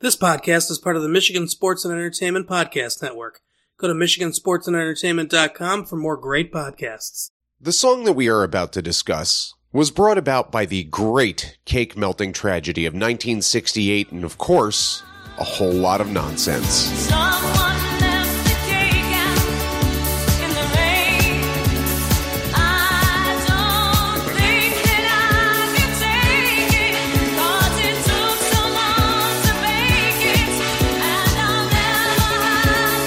This podcast is part of the Michigan Sports and Entertainment Podcast Network. Go to michigansportsandentertainment.com for more great podcasts. The song that we are about to discuss was brought about by the great cake melting tragedy of 1968 and, of course, a whole lot of nonsense. Someone left the cake out in the rain. I don't think that I can take it, 'cause it took so long to bake it, and I'll never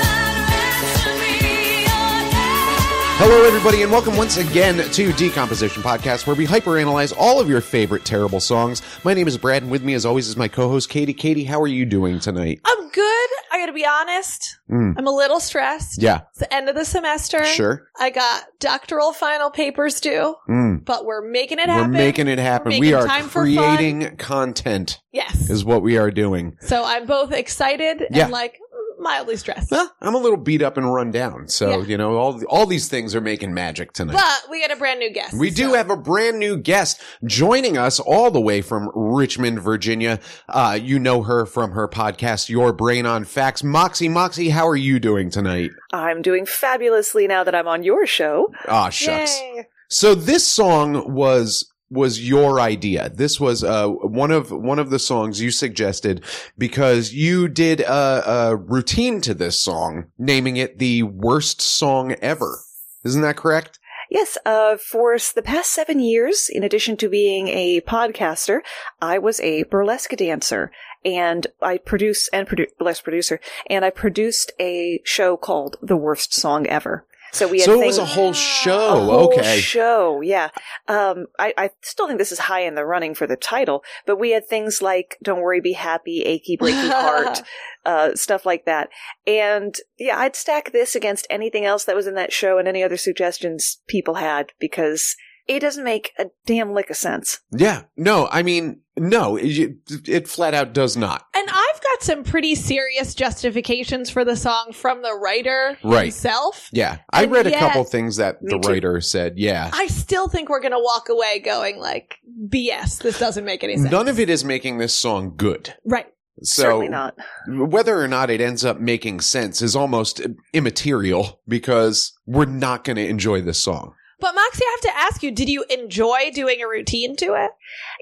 have that recipe again. Hello, everybody, and welcome once again to Decomposition Podcast, where we hyperanalyze all of your favorite terrible songs. My name is Brad, and with me, as always, is my co-host Katie. Katie, how are you doing tonight? I'm good. I got to be honest. Mm. I'm a little stressed. Yeah, It's the end of the semester. sure. I got doctoral final papers due, Mm. but we're making it We're happen. making it happen. We're we making are time for fun. creating content, Yes. is what we are doing. so I'm both excited Yeah. and like mildly stressed. Huh? I'm a little beat up and run down, so Yeah. you know all all these things are making magic tonight. But we got a brand new guest. We do so- have a brand new guest joining us all the way from Richmond, Virginia. Uh, you know her from her podcast, Your Brain on Facts. Moxie, Moxie, how are you doing tonight? I'm doing fabulously now that I'm on your show. Ah, shucks. Yay. So this song was was your idea. This was uh one of one of the songs you suggested because you did a, a routine to this song, naming it the worst song ever. Isn't that correct? Yes, uh, for s- the past seven years, in addition to being a podcaster, I was a burlesque dancer and I produce and produ- burlesque producer, and I produced a show called The Worst Song Ever. So we had so it was things- a whole a show. whole Oh, okay. show, yeah. Um, I, I still think this is high in the running for the title, but we had things like "Don't Worry, Be Happy," "Achy Breaky Heart," uh, stuff like that. And yeah, I'd stack this against anything else that was in that show and any other suggestions people had because it doesn't make a damn lick of sense. Yeah. No, I mean, no, it, it flat out does not. And I've got some pretty serious justifications for the song from the writer Right. himself. Yeah. I And read a yet- couple things that the Me too. writer said. Yeah. I still think we're going to walk away going like BS. This doesn't make any sense. None of it is making this song good. right. So Certainly not. whether or not it ends up making sense is almost immaterial because we're not going to enjoy this song. But Moxie, I have to ask you, did you enjoy doing a routine to it?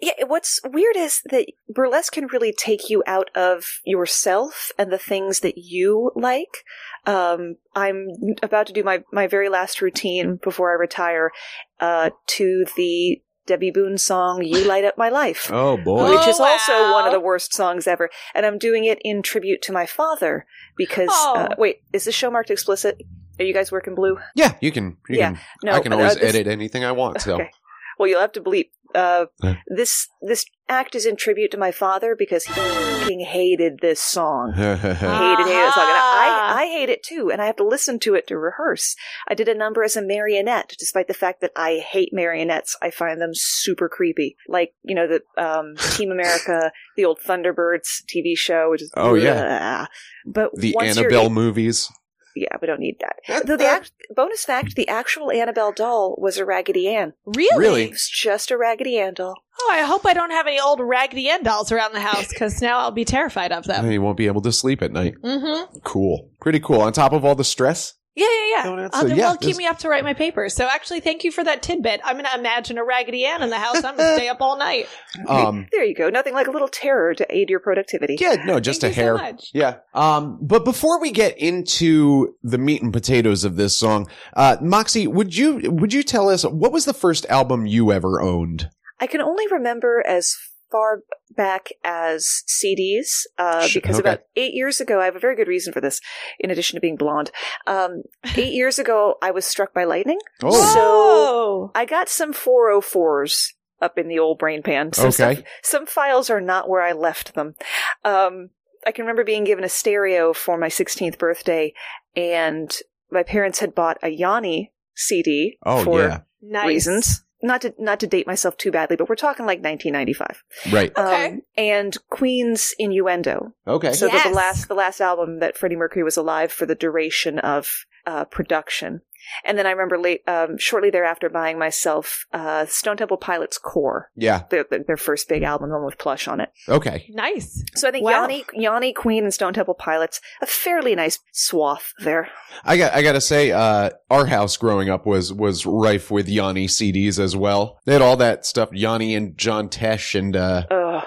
Yeah, what's weird is that burlesque can really take you out of yourself and the things that you like. Um, I'm about to do my, my very last routine before I retire uh, to the Debbie Boone song, You Light Up My Life. Oh boy. Which is Oh, also wow. one of the worst songs ever, and I'm doing it in tribute to my father because. Uh, Oh. wait, is this show marked explicit? Are you guys working blue? Yeah, you can. You Yeah. can No, I can uh, always this- edit anything I want. So Okay. Well, you'll have to bleep. Uh, Huh. this this act is in tribute to my father because he fucking hated this song. Hated, hated this song. And Ah. I, I hate it too, and I have to listen to it to rehearse. I did a number as a marionette, despite the fact that I hate marionettes. I find them super creepy. Like, you know, the um, Team America, the old Thunderbirds TV show, which is. Oh, yeah. Ugh. But the once you're Annabelle movies. yeah, we don't need that. Though the act- bonus fact, the actual Annabelle doll was a Raggedy Ann. Really? Really? It was just a Raggedy Ann doll. Oh, I hope I don't have any old Raggedy Ann dolls around the house because now I'll be terrified of them. You won't be able to sleep at night. Mm-hmm. Cool. Pretty cool. On top of all the stress. Yeah, yeah, No, yeah. that's Oh, a- then yeah, will keep that's- me up to write my papers. So actually, thank you for that tidbit. I'm going to imagine a Raggedy Ann in the house. I'm going to stay up all night. Um, There you go. Nothing like a little terror to aid your productivity. Yeah, no, just Thank a you hair. So much. Yeah. Um, but before we get into the meat and potatoes of this song, uh, Moxie, would you would you tell us what was the first album you ever owned? I can only remember as far back as CDs, uh, Sh- because okay. about eight years ago, I have a very good reason for this, in addition to being blonde. Um, eight years ago, I was struck by lightning. Oh. So- Whoa. I got some 404s up in the old brain pan. So some- okay. some files are not where I left them. Um, I can remember being given a stereo for my 16th birthday, and my parents had bought a Yanni CD Oh for yeah. nice. reasons. Not to not to date myself too badly, but we're talking like 1995. Right. Okay. Um, and Queen's Innuendo. Okay. So the- the Yes. last the last album that Freddie Mercury was alive for the duration of uh, production. And then I remember late, um, shortly thereafter buying myself uh, Stone Temple Pilots Core, Yeah. their, their, their first big album, the one with plush on it. Okay. Nice. So I think Wow. Yanni, Yanni, Queen, and Stone Temple Pilots, a fairly nice swath there. I got I gotta say, uh, our house growing up was was rife with Yanni CDs as well. They had all that stuff, Yanni and John Tesh and uh Ugh.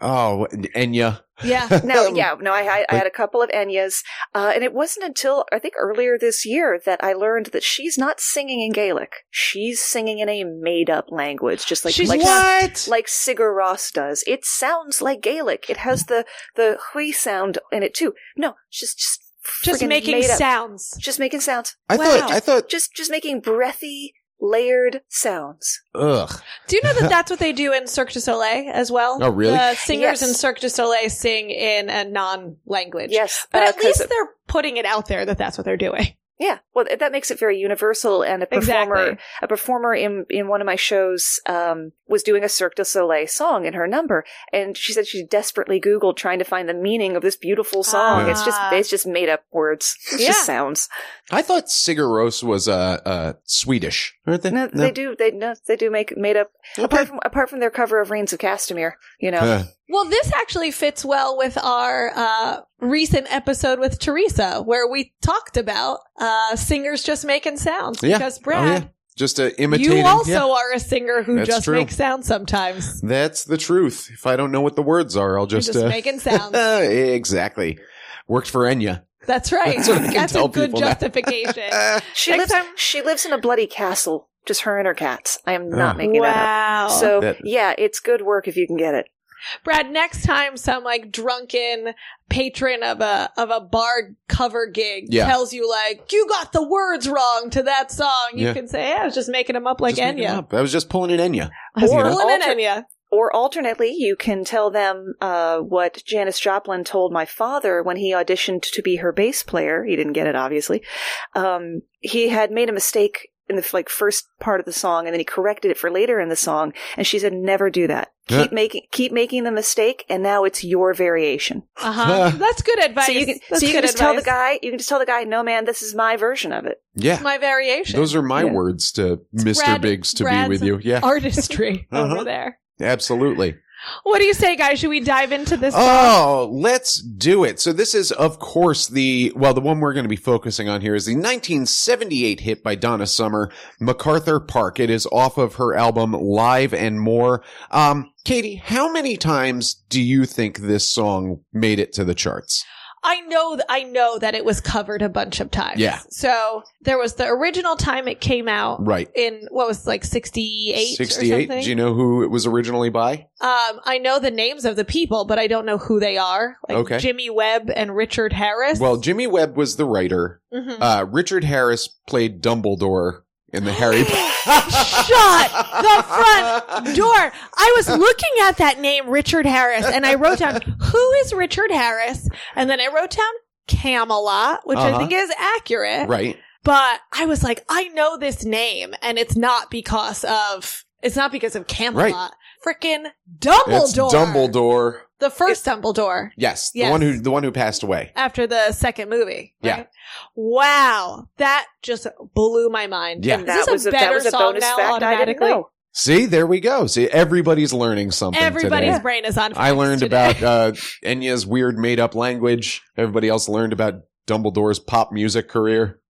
oh and Enya. Yeah. No, Um, yeah, no, I, I, I had a couple of Enyas, uh, and it wasn't until I think earlier this year that I learned that she's not singing in Gaelic. She's singing in a made-up language, just like She's like what? like Sigur Rós does. It sounds like Gaelic. It has the the hui sound in it too. No, she's just Just friggin' making made up. sounds. Just making sounds. I thought Wow. I thought Just just making breathy, layered sounds. ugh. Do you know that that's what they do in Cirque du Soleil as well? Oh, really? The singers Yes. in Cirque du Soleil sing in a non-language. Yes, But uh, at 'cause least it- they're putting it out there that that's what they're doing. yeah. Well, th- that makes it very universal. And a performer, Exactly. a performer in in one of my shows um, was doing a Cirque du Soleil song in her number, and she said she desperately Googled trying to find the meaning of this beautiful song. It's just Ah. it's just made up words. It's Yeah. just sounds. I thought Sigur Rós was uh uh Swedish. Aren't they? No, They do. They no, they do make made up apart from apart from their cover of Reigns of Castamere. You know. Huh. Well, this actually fits well with our uh, recent episode with Teresa, where we talked about uh, singers just making sounds. Yeah. Because Oh, yeah. Brad, Just uh, imitating. you also Yeah. are a singer who That's just true. makes sounds sometimes. That's the truth. If I don't know what the words are, I'll You're just, just uh, eh, making sounds. exactly. Worked for Enya. Ah, That's right. That's what I can tell a good people now. justification. She Next lives. time- She lives in a bloody castle. Just her and her cats. I am Ah. not Oh. making that wow. up. So That- yeah, it's good work if you can get it. Brad, next time some like drunken patron of a of a bar cover gig Yeah. tells you like you got the words wrong to that song, you Yeah. can say, "Yeah, I was just making them up like Just making it Enya." up. I was just pulling an Enya. I was Or pulling an alter- Enya. Or alternately, you can tell them uh, what Janis Joplin told my father when he auditioned to be her bass player. He didn't get it, obviously. Um, he had made a mistake in the like first part of the song, and then he corrected it for later in the song. And she said, "Never do that. Keep making keep making the mistake, and now it's your variation." Uh-huh. That's good advice. So you can That's so you good can just tell the advice. guy you can just tell the guy, "No, man, this is my version of it." Yeah. That's my variation. Those are my Yeah. words to Mr. Brad- Biggs to Brad's- be with you. Yeah. artistry Uh-huh. over there. Absolutely. What do you say, guys? Should we dive into this? Oh, let's do it. So this is, of course, the, well, the one we're going to be focusing on here is the 1978 hit by Donna Summer, MacArthur Park. It is off of her album Live and More. Um, Katie, how many times do you think this song made it to the charts? I know, th- I know that it was covered a bunch of times. Yeah. So there was the original time it came out Right. in what was like 68 or 68. something. Do you know who it was originally by? um, I know the names of the people, but I don't know who they are. Like Okay. Jimmy Webb and Richard Harris. Well, Jimmy Webb was the writer. Mhm. Uh, Richard Harris played Dumbledore in the Harry uh, Shut the front door. I was looking at that name, Richard Harris, and I wrote down, who is Richard Harris? And then I wrote down Camelot, which I Uh-huh. think is accurate. Right. But I was like, I know this name, and it's not because of, it's not because of Camelot. Frickin' Dumbledore. It's Dumbledore. The first Dumbledore Yes, The Yes. one who the one who passed away. after the second movie. Yeah. right? Wow. That just blew my mind. Yeah. Is That this a was a, better that was a song bonus now fact I didn't automatically? know. See, there we go. See, everybody's learning something Everybody's today. brain is on fire. I learned today. about uh, Enya's weird made up language. Everybody else learned about Dumbledore's pop music career.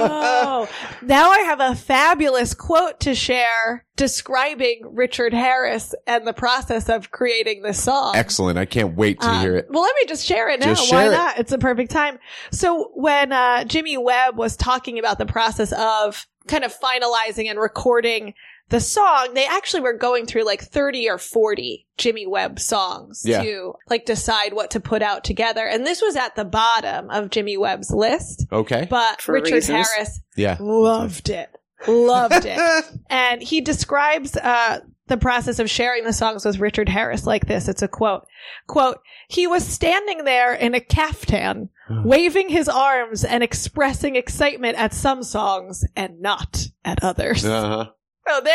Whoa. now I have a fabulous quote to share describing Richard Harris and the process of creating this song. Excellent. I can't wait to Um, hear it. Well, let me just share it now. Just Why share it. not? It's a perfect time. So when uh, Jimmy Webb was talking about the process of kind of finalizing and recording the song, they actually were going through like 30 or 40 Jimmy Webb songs Yeah. to like decide what to put out together. And this was at the bottom of Jimmy Webb's list, Okay. but For Richard reasons. Harris Yeah. Uh-huh. loved it. Loved it. And he describes uh, the process of sharing the songs with Richard Harris like this. It's a quote. Quote, he was standing there in a caftan, Hmm. waving his arms and expressing excitement at some songs and not at others. Uh-huh. So there,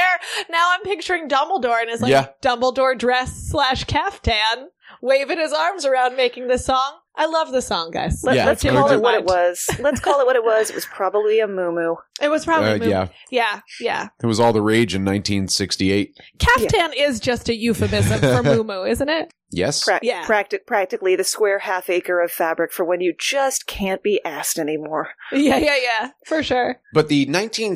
now I'm picturing Dumbledore and it's like Yeah. Dumbledore dress slash caftan, waving his arms around making this song. I love the song, guys. Let, Yeah, let's it's call really it what it was. was. Let's call it what it was. It was probably a moo It was probably Uh, moved- yeah, yeah, yeah. it was all the rage in 1968. Caftan is just a euphemism for muumuu, isn't it? Yes, Prac- Yeah. practi- practically the square half acre of fabric for when you just can't be asked anymore. Yeah, yeah, yeah, for sure. but the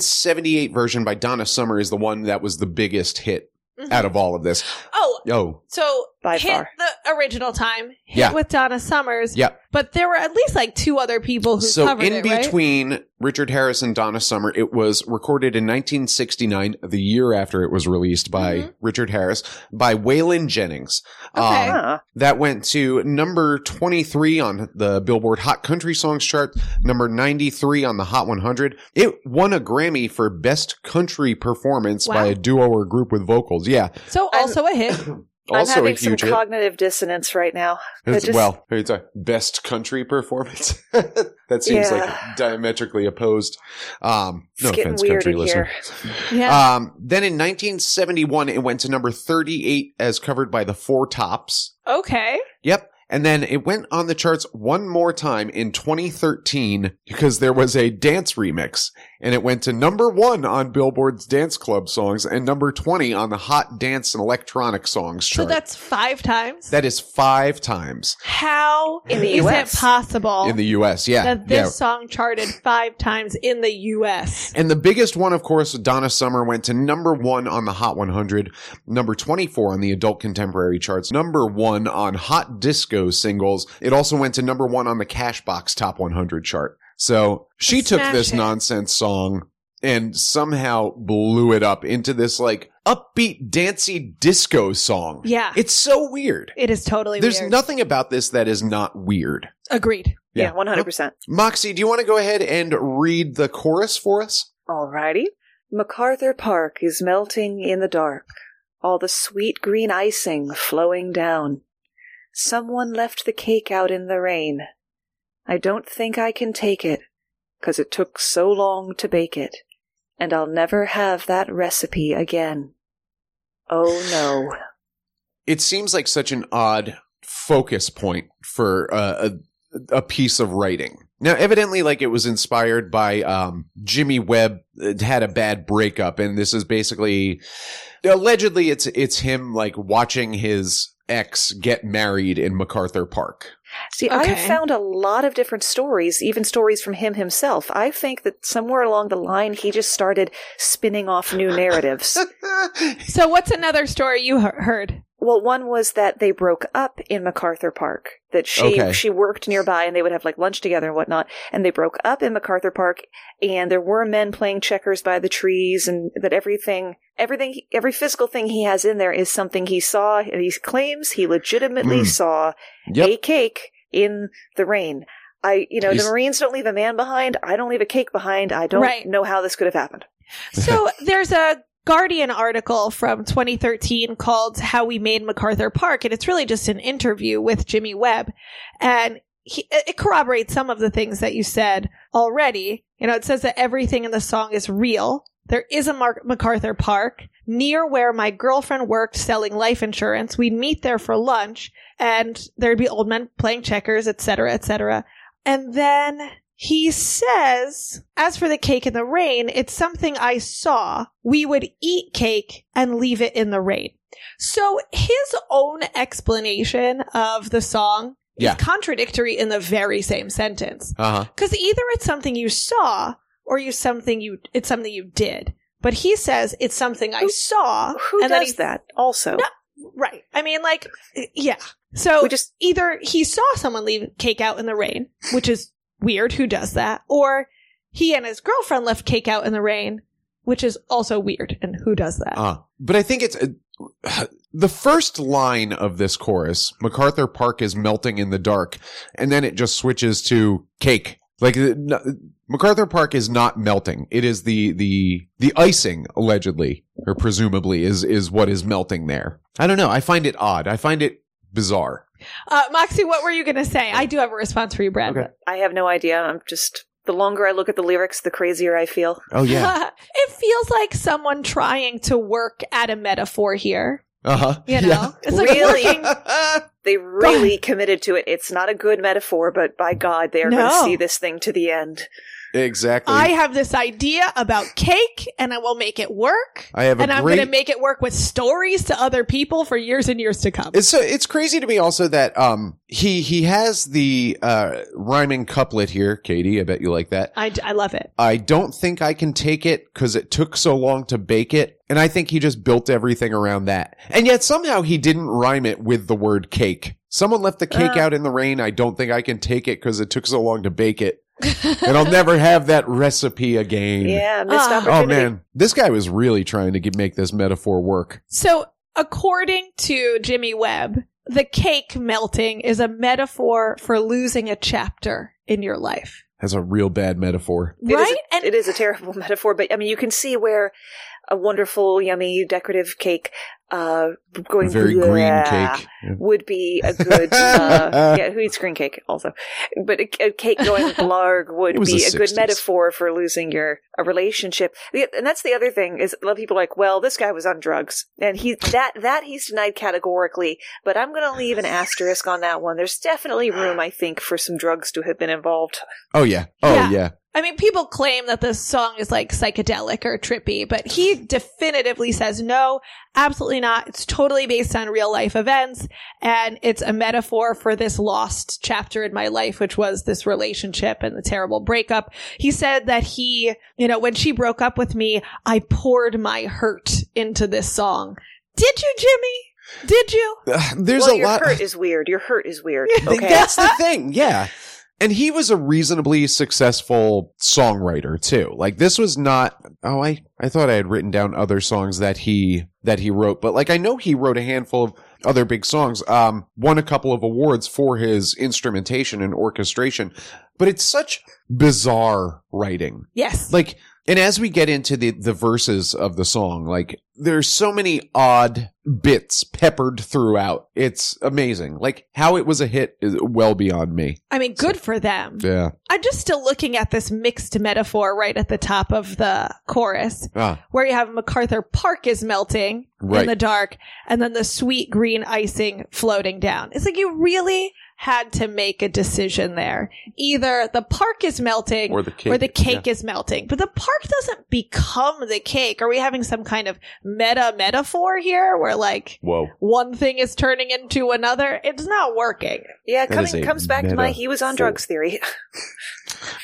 1978 version by Donna Summer is the one that was the biggest hit Mhm. out of all of this. Oh, Oh, so By hit far. the original time hit Yeah. with Donna Summers. Yeah. but there were at least like two other people who so covered in it, right? between Richard Harris and Donna Summer, it was recorded in 1969, the year after it was released by Mhm. Richard Harris by Waylon Jennings. Okay. Um, Huh. That went to number 23 on the Billboard Hot Country Songs chart, number 93 on the Hot 100. It won a Grammy for Best Country Performance Wow. by a duo or group with vocals. Yeah. So I'm- also a hit. I'm Also a having some huge hit. cognitive dissonance right now. It's- I just- well, it's a best country performance. that seems Yeah. like diametrically opposed. Um, It's no getting offense, weird country in listener. Yeah. Um, then in 1971, it went to number 38 as covered by the Four Tops. okay. Yep. And then it went on the charts one more time in 2013 because there was a dance remix and it went to number one on Billboard's dance club songs and number 20 on the hot dance and electronic songs So chart. that's five times. that is five times How In the is US. it possible in the US. Yeah. that this yeah. song charted five times in the U.S.? And the biggest one, of course, Donna Summer went to number one on the Hot 100, number 24 on the Adult Contemporary charts, number one on Hot Disco singles. It also went to number one on the Cashbox Top 100 chart. So she A took smash this hit. nonsense song and somehow blew it up into this like upbeat, dancey disco song. Yeah. It's so weird. It is totally There's weird. nothing about this that is not weird. Agreed. Yeah. Yeah, 100%. Moxie, do you want to go ahead and read the chorus for us? Alrighty. MacArthur Park is melting in the dark, all the sweet green icing flowing down. Someone left the cake out in the rain. I don't think I can take it, 'cause it took so long to bake it, and I'll never have that recipe again. Oh no. it seems like such an odd focus point for uh, a, a piece of writing. Now, evidently, like it was inspired by um, Jimmy Webb uh, had a bad breakup, and this is basically allegedly it's it's him like watching his ex get married in MacArthur Park. See, I have Okay. found a lot of different stories, even stories from him himself. I think that somewhere along the line, he just started spinning off new narratives. Uh-huh. So what's another story you he- heard? Well, one was that they broke up in MacArthur Park. That she Okay. she worked nearby, and they would have like lunch together and whatnot. And they broke up in MacArthur Park, and there were men playing checkers by the trees, and that everything, everything, every physical thing he has in there is something he saw, and he claims he legitimately Mm. saw a cake in the rain. I, you know, He's- the Marines don't leave a man behind. I don't leave a cake behind. I don't Right. know how this could have happened. So there's a Guardian article from 2013 called How We Made MacArthur Park, and it's really just an interview with Jimmy Webb. And he, it corroborates some of the things that you said already. You know, it says that everything in the song is real. There is a Mar- MacArthur Park near where my girlfriend worked selling life insurance. We'd meet there for lunch, and there'd be old men playing checkers, etc., cetera, etc. Cetera. And then he says, as for the cake in the rain, it's something I saw. We would eat cake and leave it in the rain. So his own explanation of the song Yeah. is contradictory in the very same sentence. Uh huh. Because either it's something you saw or you something you it's something you did. But he says it's something I Who- saw. Who and then does he- that? Also, No. Right. I mean, like, yeah. So we just either he saw someone leave cake out in the rain, which is weird, who does that? Or he and his girlfriend left cake out in the rain, which is also weird, and who does that? Uh, but I think it's uh, the first line of this chorus MacArthur Park is melting in the dark. And then it just switches to cake. Like uh, no- MacArthur Park is not melting. It is the, the, the icing, allegedly, or presumably, is, is what is melting there. I don't know. I find it odd. I find it bizarre. Uh, Moxie, what were you going to say? I do have a response for you, Brad. Okay. I have no idea. I'm just the longer I look at the lyrics, the crazier I feel. Oh, yeah. it feels like someone trying to work at a metaphor here. Uh huh. You know? It's like Really? working, They really committed to it. It's not a good metaphor, but by God, they are going No. to see this thing to the end. Exactly. I have this idea about cake and I will make it work. I have a and I'm great- going to make it work with stories to other people for years and years to come. It's so it's crazy to me also that um he he has the uh rhyming couplet here, Katie. I bet you like that. I, I love it. I don't think I can take it because it took so long to bake it, and I think he just built everything around that. And yet somehow he didn't rhyme it with the word cake. Someone left the cake Uh. out in the rain. I don't think I can take it because it took so long to bake it, and I'll never have that recipe again. Yeah, missed Ah. Oh opportunity. man, this guy was really trying to get, make this metaphor work. So, according to Jimmy Webb, the cake melting is a metaphor for losing a chapter in your life. That's a real bad metaphor. It is a- right? and it is a terrible metaphor, but I mean, you can see where a wonderful, yummy, decorative cake, uh, going Very bleh green cake. Yeah. would be a good. Uh, yeah, who eats green cake also? But a, a cake going blarg would It was be the a good 60s. metaphor for losing your a relationship. The- And that's the other thing is a lot of people are like, well, this guy was on drugs, and he that that he's denied categorically. But I'm going to leave an asterisk on that one. There's definitely room, I think, for some drugs to have been involved. Oh yeah. Oh Yeah. yeah. I mean, people claim that this song is like psychedelic or trippy, but he definitively says no, absolutely not. It's totally based on real life events. And it's a metaphor for this lost chapter in my life, which was this relationship and the terrible breakup. He said that he, you know, when she broke up with me, I poured my hurt into this song. Did you, Jimmy? Did you? Ugh, There's well, a your lot. hurt is weird. Your hurt is weird. Th- Okay. That's the thing. Yeah. And he was a reasonably successful songwriter too. Like this was not oh I I thought I had written down other songs that he that he wrote, but like I know he wrote a handful of other big songs. Um won a couple of awards for his instrumentation and orchestration. But it's such bizarre writing. Yes. like and as we get into the the verses of the song like there's so many odd bits peppered throughout it's amazing like how it was a hit is well beyond me I mean, good for them. yeah I'm just still looking at this mixed metaphor right at the top of the chorus. ah where you have MacArthur Park is melting in Right. the dark, and then the sweet green icing floating down. It's like you really had to make a decision there. Either the park is melting Or the cake, or the cake is melting, but the park doesn't become the cake. Are we having some kind of meta metaphor here where like whoa one thing is turning into another? It's not working. Yeah, That is coming a comes back to my meta he was on four. drugs theory.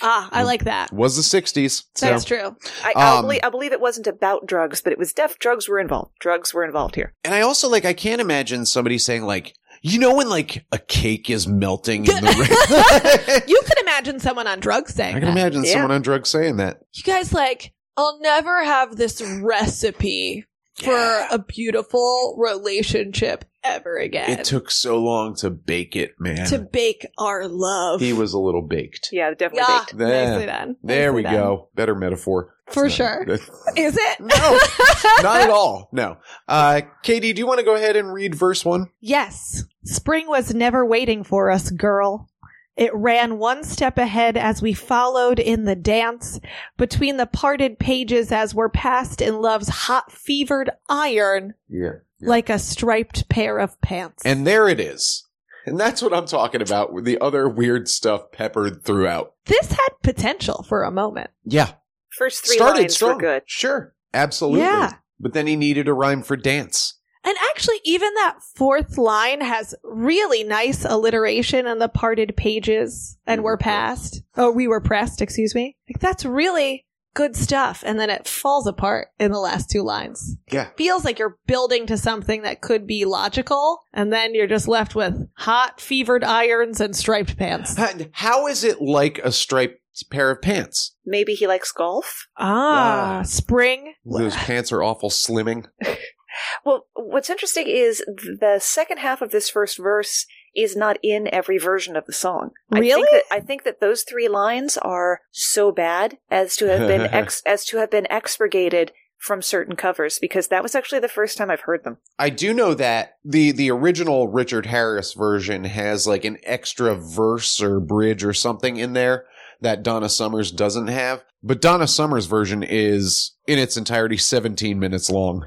Ah, I like that. was the 60s That's Mm. so. true. I, I'll Um, believe, I believe it wasn't about drugs, but it was def drugs were involved. Drugs were involved here. and i also like i can't imagine somebody saying like you know when like a cake is melting in the rain You could imagine someone on drugs saying i can that. imagine Yeah. someone on drugs saying that you guys like i'll never have this recipe for a beautiful relationship ever again it took so long to bake it man to bake our love he was a little baked Yeah, definitely. yeah, Baked. There. nicely done There Nicely we done. go. Better metaphor. For It's not- is it no, not at all. No. Uh, Katie, do you want to go ahead and read verse one? Yes, spring was never waiting for us, girl. It ran one step ahead as we followed in the dance, between the parted pages as we're passed in love's hot fevered iron, Yeah. like a striped pair of pants. And there it is. And that's what I'm talking about with the other weird stuff peppered throughout. this had potential for a moment. Yeah. First three Started lines strong. were good. Sure. Absolutely. Yeah. But then he needed a rhyme for dance. And actually, even that fourth line has really nice alliteration in the parted pages and Mm-hmm. we're past. Oh, we were pressed, excuse me. Like, that's really good stuff. And then it falls apart in the last two lines. Yeah. Feels like you're building to something that could be logical. And then you're just left with hot, fevered irons and striped pants. And How is it like a striped pair of pants? Maybe he likes golf. Ah, Ah. spring. Those pants are awful slimming. Well, what's interesting is the second half of this first verse is not in every version of the song. I Really? think that, I think that those three lines are so bad as to have been ex- as to have been expurgated from certain covers because that was actually the first time I've heard them. I do know that the the original Richard Harris version has like an extra verse or bridge or something in there that Donna Summers doesn't have. But Donna Summers version is in its entirety 17 minutes long.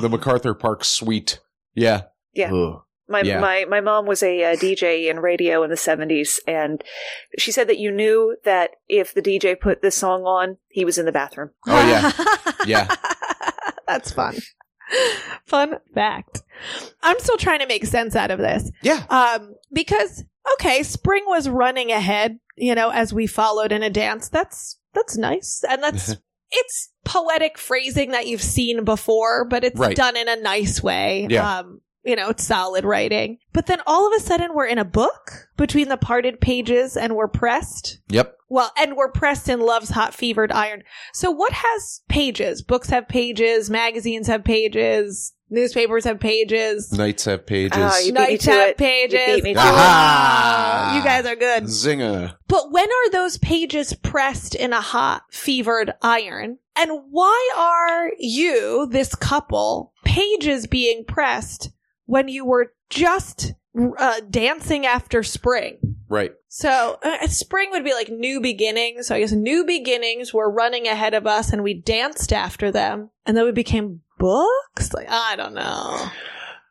the MacArthur Park Suite. Yeah. Yeah. Ugh. My Yeah. my my mom was a, uh DJ in radio in the seventies, and she said that you knew that if the DJ put this song on, he was in the bathroom. Oh, yeah. Yeah. That's fun. Fun fact. I'm still trying to make sense out of this. Yeah. Um, because okay, spring was running ahead, you know, as we followed in a dance. That's that's nice. And that's it's poetic phrasing that you've seen before, but it's Right. done in a nice way. Yeah. Um, you know, it's solid writing. But then all of a sudden we're in a book between the parted pages and we're pressed. Yep. Well, and we're pressed in love's hot fevered iron. So what has pages? Books have pages, magazines have pages, newspapers have pages, Knights have pages. Ah, you beat me nights to have it. pages. You beat me to Aha! Ah, you guys are good. Zinger. But when are those pages pressed in a hot fevered iron? And why are you, this couple, pages being pressed when you were just uh, dancing after spring? Right. So uh, spring would be like new beginnings. So I guess new beginnings were running ahead of us, and we danced after them, and then we became books. Like I don't know.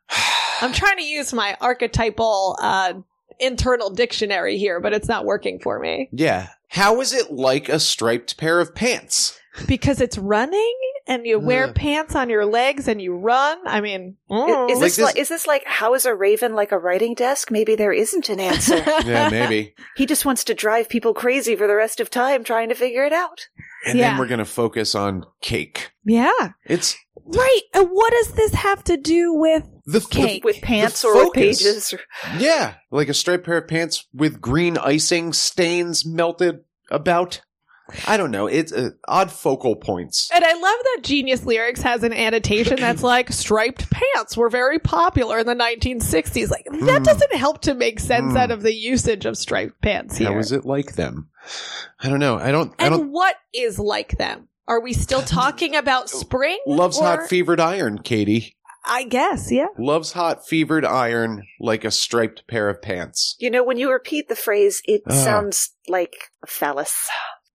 I'm trying to use my archetypal uh, internal dictionary here, but it's not working for me Yeah. How is it like a striped pair of pants? because it's running, and you wear Ugh. pants on your legs, and you run. I mean, I- Is, Like this this- like, is this like how is a raven like a writing desk? Maybe there isn't an answer. Yeah, maybe. he just wants to drive people crazy for the rest of time trying to figure it out. And Yeah. then we're going to focus on cake. yeah, It's right. And what does this have to do with the f- Cake. With pants The or with focus. pages. or- Yeah, like a striped pair of pants with green icing, stains melted about. I don't know. It's uh, odd focal points. And I love that Genius Lyrics has an annotation that's like striped pants were very popular in the 1960s. Like that Mm. doesn't help to make sense Mm. out of the usage of striped pants here. How is it like them? I don't know. I don't. I don't. And what is like them? Are we still talking about spring? Love's Or- hot fevered iron, Katie. I guess, yeah. Love's hot fevered iron like a striped pair of pants. You know, when you repeat the phrase, it Ah. sounds like a phallus.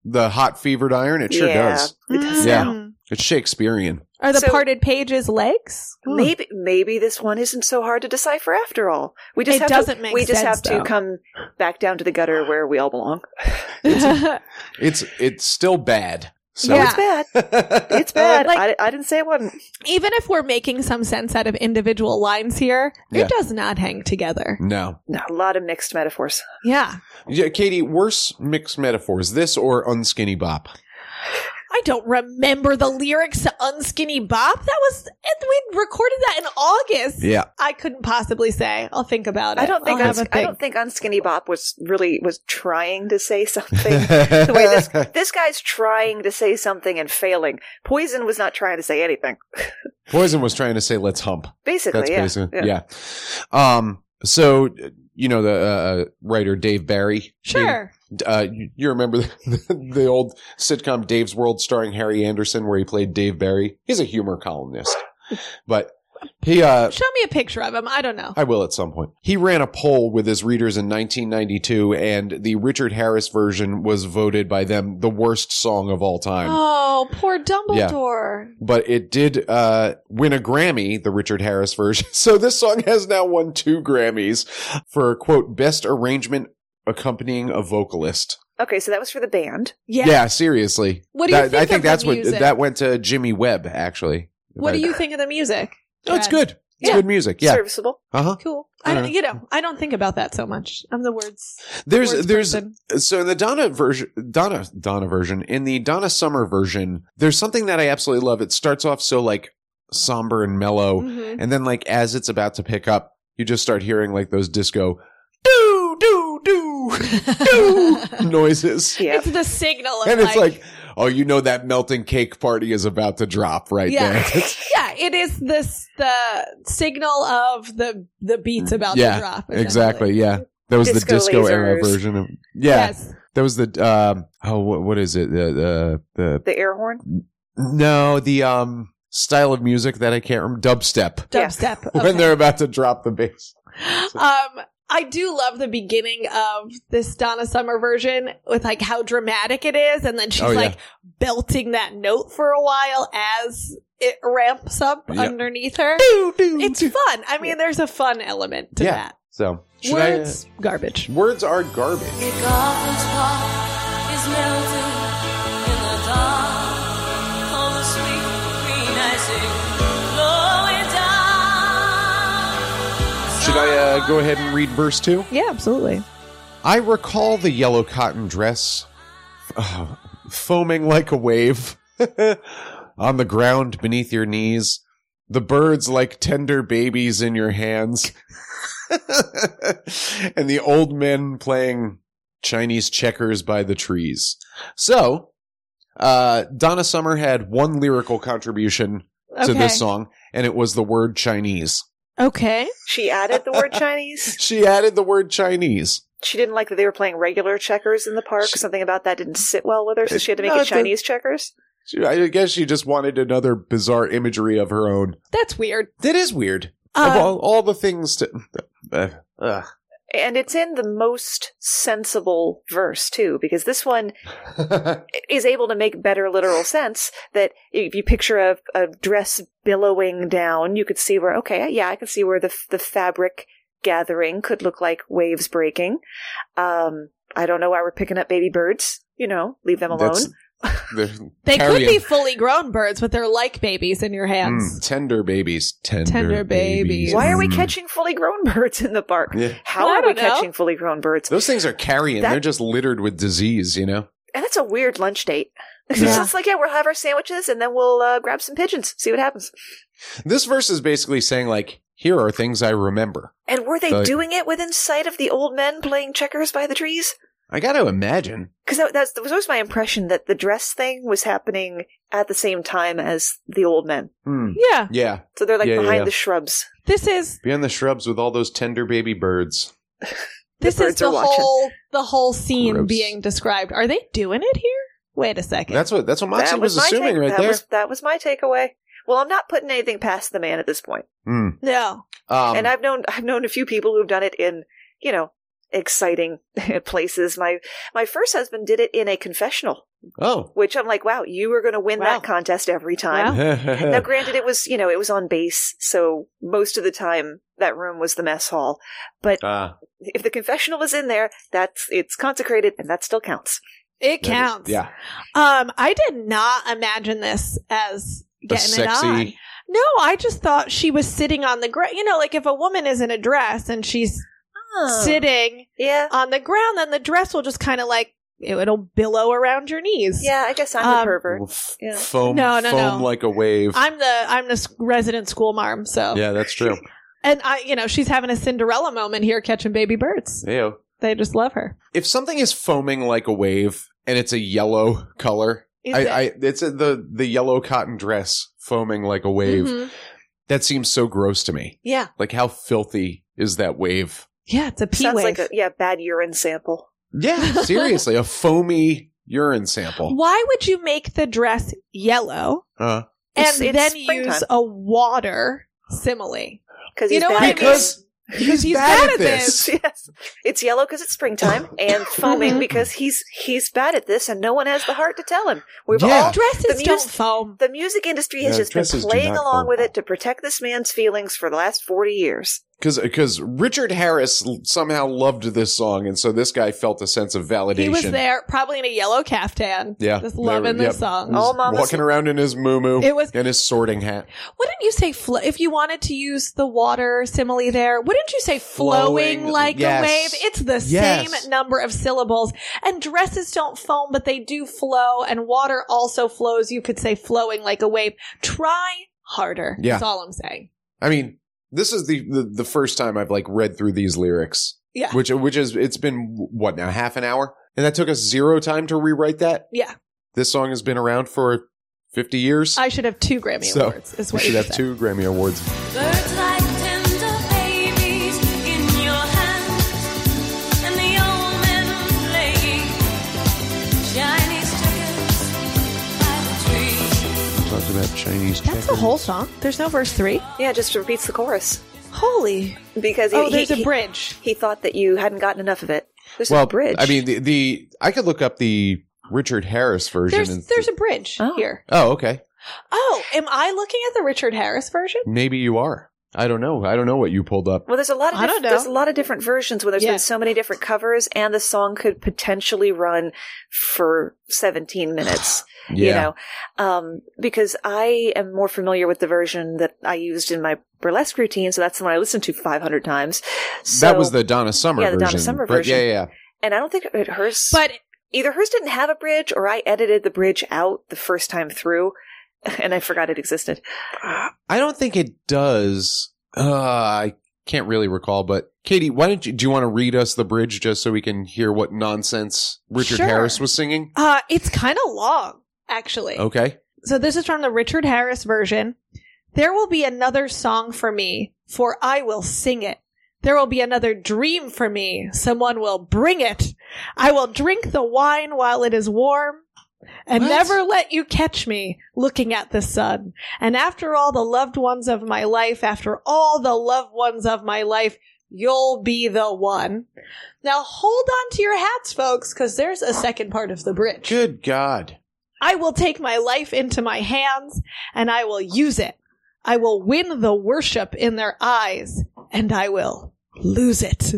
The hot fevered iron. It sure Yeah. does. It does Yeah. sound. It's Shakespearean. Hmm. Are the So- parted pages legs? Hmm. Maybe maybe this one isn't so hard to decipher after all. We just It have doesn't to, make we just sense, have to though. come back down to the gutter where we all belong. It's it's still bad. So Yeah. It's bad. It's it's bad. Like- I, I didn't say it wasn't. Even if we're making some sense out of individual lines here, Yeah. it does not hang together. no. No, a lot of mixed metaphors. Hmm. Yeah. Yeah, Katie, worse mixed metaphors, this or unskinny bop? I don't remember the lyrics to Unskinny Bop. That was, and we recorded that in August. Yeah. I couldn't possibly say. I'll think about it. I don't think I'll Uns- have a I think. don't think Unskinny Bop was really was trying to say something. the way this this guy's trying to say something and failing. Poison was not trying to say anything. Poison was trying to say, "Let's hump." Basically, That's yeah. basically yeah. Um. So you know the uh, writer Dave Barry. Sure. Uh, you, you remember the, the old sitcom Dave's World starring Harry Anderson, where he played Dave Barry. He's a humor columnist, but he uh, Show me a picture of him. I don't know. I will at some point. He ran a poll with his readers in 1992, and the Richard Harris version was voted by them the worst song of all time. oh, poor Dumbledore. But it did uh, win a Grammy, the Richard Harris version. So this song has now won two Grammys for, quote, best arrangement accompanying a vocalist. Okay, so that was for the band. Yeah. Yeah, seriously. What do you That- think I think of that's the what music? that went to Jimmy Webb, actually. What do If I- you think of the music? No, it's Brad? good. It's Yeah. good music. Yeah. Serviceable. Uh huh. Cool. I don't, Uh-huh. you know, I don't think about that so much. I'm the words. There's words there's person. So in the Donna version, Donna Donna version, in the Donna Summer version, there's something that I absolutely love. It starts off so like somber and mellow, Mhm. and then like as it's about to pick up, you just start hearing like those disco do do do do noises, Yeah. It's the signal of and it's like, oh, you know that melting cake party is about to drop right yeah, there. yeah. It is this the signal of the the beats about Mm-hmm. Yeah, to drop. exactly, yeah. That was the Disco disco era lasers. version of yeah. Yes. That was the um oh what, what is it the the the The air horn. No, the um style of music that I can't remember, dubstep. Yeah. Dubstep. When they're about to drop the bass. Um, I do love the beginning of this Donna Summer version with like how dramatic it is, and then she's Oh, yeah. like belting that note for a while as it ramps up Yep. underneath her. It's fun. I mean, there's a fun element to yeah. that. So should uh, Words, garbarbage. I, words are garbage. The garbage pot is melting in the dark. All the sweet green icing blowing down. Should I uh, go ahead and read verse two? Yeah, absolutely. I recall the yellow cotton dress, uh, foaming like a wave on the ground beneath your knees, the birds like tender babies in your hands, and the old men playing Chinese checkers by the trees. So, uh, Donna Summer had one lyrical contribution to Okay. this song, and it was the word Chinese. Okay. She added the word Chinese. She added the word Chinese. She didn't like that they were playing regular checkers in the park. Something about that didn't sit well with her, so she had to make No, it it's a- Chinese checkers. She, I guess she just wanted another bizarre imagery of her own. That's weird. That is weird. Uh, of all, all the things to. Uh, uh. And it's in the most sensible verse too, because this one is able to make better literal sense. That if you picture a, a dress billowing down, you could see where okay, yeah, I can see where the the fabric gathering could look like waves breaking. Um, I don't know why we're picking up baby birds. You know, leave them alone. That's- they're They could be carrying- fully grown birds, but they're like babies in your hands. Mm, tender babies. Tender, Tender babies. babies. Why are we Mm. catching fully grown birds in the park? Yeah. How Well, I are we don't know. catching fully grown birds? Those things are carrion. That- They're just littered with disease, you know? And that's a weird lunch date. It's Yeah. just like, yeah, we'll have our sandwiches and then we'll uh, grab some pigeons, see what happens. This verse is basically saying, like, here are things I remember. And were they Like- doing it within sight of the old men playing checkers by the trees? I got to imagine. Because that, that's- that was always my impression that the dress thing was happening at the same time as the old men. Hmm. Yeah. Yeah. So they're like Yeah, yeah, behind yeah. the shrubs. This is Be in the shrubs with all those tender baby birds. this is birds are the watching. whole the whole scene Gross. being described. Are they doing it here? Wait a second. That's what that's what Moxie that was, was, my assuming take- right that there. Was, that was my takeaway. Well, I'm not putting anything past the man at this point. Hmm. no. Um, and I've known I've known a few people who've done it in you know exciting places. My my first husband did it in a confessional, oh. which I'm like, wow, you were going to win Wow. that contest every time. Now, granted, it was you know it was on base, so most of the time that room was the mess hall. Ah. If the confessional was in there, that's it's consecrated, and that still counts. It That is- counts. yeah. Um, I did not imagine this as The getting it sexy. on. No, I just thought she was sitting on the ground. You know, like if a woman is in a dress and she's sitting Yeah, on the ground, then the dress will just kind of like it, it'll billow around your knees. yeah. I guess I'm Um, a pervert. F- Yeah. Foam, No, no, foam no. like a wave. I'm the I'm the s- resident school marm, so yeah, that's true. and I you know she's having a Cinderella moment here catching baby birds. Ew. They just love her. If something is foaming like a wave and it's a yellow color, Is I, it- I it's a, the the yellow cotton dress foaming like a wave. Mhm. That seems so gross to me. Yeah, Like how filthy is that wave? yeah, it's a pee Sounds wave. like a yeah bad urine sample. Yeah, seriously, a foamy urine sample. Why would you make the dress yellow Uh, and It's- it's then springtime. use a water simile? Because You know what I mean? because he's, he's bad, bad at at this. yes, it's yellow because it's springtime, and Mm-hmm. foaming because he's he's bad at this, and no one has the heart to tell him. We've Yeah. all Dresses Oh, The don't music- foam. the music industry has Yeah, just been dresses do playing not along foam. with it to protect this man's feelings for the last forty years. Because because Richard Harris l- somehow loved this song, and so this guy felt a sense of validation. He was there, probably in a yellow caftan. Yeah, just there- loving yep. Oh. the song. All mamas- walking around in his moo It was- and his sorting hat. Wouldn't you say flo- if you wanted to use the water simile there? Wouldn't you say flowing, Flowing, like yes. a wave? It's the Yes. same number of syllables. And dresses don't foam, but they do flow, and water also flows. You could say flowing like a wave. Try harder. Yeah. That's all I'm saying. I mean, this is the, the the first time I've like read through these lyrics, Yeah, which which is it's been what now half an hour, and that took us zero time to rewrite that. yeah. This song has been around for fifty years. I should have two Grammy So, awards. Is we what should you have said. two Grammy awards. Birds like tender babies in your hands, and the old men playing Chinese checkers by the trees. Talked about Chinese. That's the whole song. There's no verse three. Yeah, it just repeats the chorus Holy! because Oh, he, there's he, a bridge. He, thought that you hadn't gotten enough of it. There's Well, a bridge. I mean, the, the I could look up the Richard Harris version. There's and- there's a bridge Oh. here. oh, okay. Oh, am I looking at the Richard Harris version? Maybe you are. I don't know. I don't know what you pulled up. Well, there's a lot of I diff- don't know. there's a lot of different versions where there's Yeah. been so many different covers, and the song could potentially run for 17 minutes. Yeah. You know, um, because I am more familiar with the version that I used in my burlesque routine, so that's the one I listened to 500 times. So, that was the Donna Summer Yeah, the version. Donna Summer But yeah, version. yeah, and I don't think it, hers. But either hers didn't have a bridge, or I edited the bridge out the first time through, and I forgot it existed. yeah. I don't think it does. Uh, I can't really recall, but Katie, why don't you do you want to read us the bridge just so we can hear what nonsense Richard Sure. Harris was singing? uh, it's kind of long, actually. Okay. So this is from the Richard Harris version. There will be another song for me, for I will sing it. There will be another dream for me. Someone will bring it. I will drink the wine while it is warm and What? never let you catch me looking at the sun. And after all the loved ones of my life, after all the loved ones of my life, you'll be the one. Now hold on to your hats, folks, because there's a second part of the bridge. Good God. I will take my life into my hands and I will use it. I will win the worship in their eyes and I will lose it.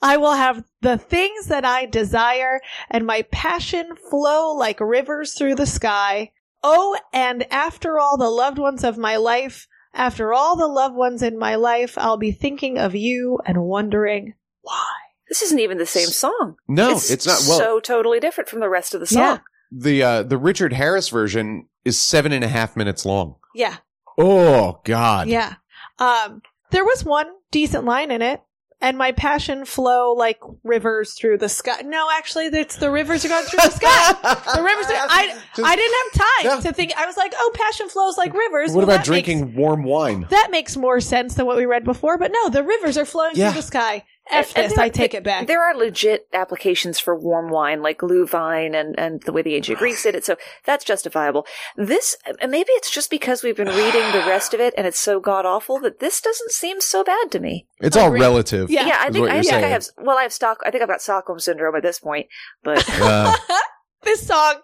I will have the things that I desire and my passion flow like rivers through the sky. Oh, and after all the loved ones of my life, after all the loved ones in my life, I'll be thinking of you and wondering why. This isn't even the same song. No, it's, not. Well, so totally different from the rest of the song. Yeah. the uh, the Richard Harris version is seven and a half minutes long. Yeah. Oh God. Yeah. Um, there was one decent line in it. And my passion flow like rivers through the sky. No, actually, it's the rivers are going through the sky. The rivers. Are, I I didn't have time Yeah. to think. I was like, oh, passion flows like rivers. What Well, about that makes- drinking warm wine? that makes more sense than what we read before. But no, the rivers are flowing Yeah. through the sky. F And- and this. there- I take it back. There are legit applications for warm wine, like Louvine and, and the way the ancient Greeks did it. So that's justifiable. This, and maybe it's just because we've been reading the rest of it and it's so god awful that this doesn't seem so bad to me. It's all Agreed. relative. Yeah. Yeah, I is think, what I, you're think I saying. have, well, I have Stock, I think I've got Stockholm syndrome at this point, but Uh, this song